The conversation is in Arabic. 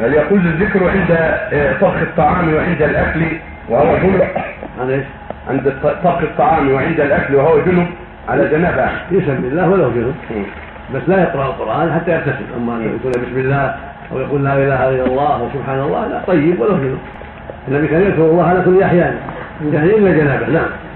هل يقول الذكر عند آه، طبخ الطعام وعند الاكل وهو جنب عن ايش؟ عند الط- طبخ الطعام وعند الاكل وهو جنب على جنابه يسأل بالله ولو جنب بس لا يقرأ القرآن حتى يغتسل أما أن يقول بسم الله أو يقول لا إله إلا الله وسبحان الله لا طيب ولو جنب النبي كان يذكر الله على كل أحيان يعني إلا جنابه نعم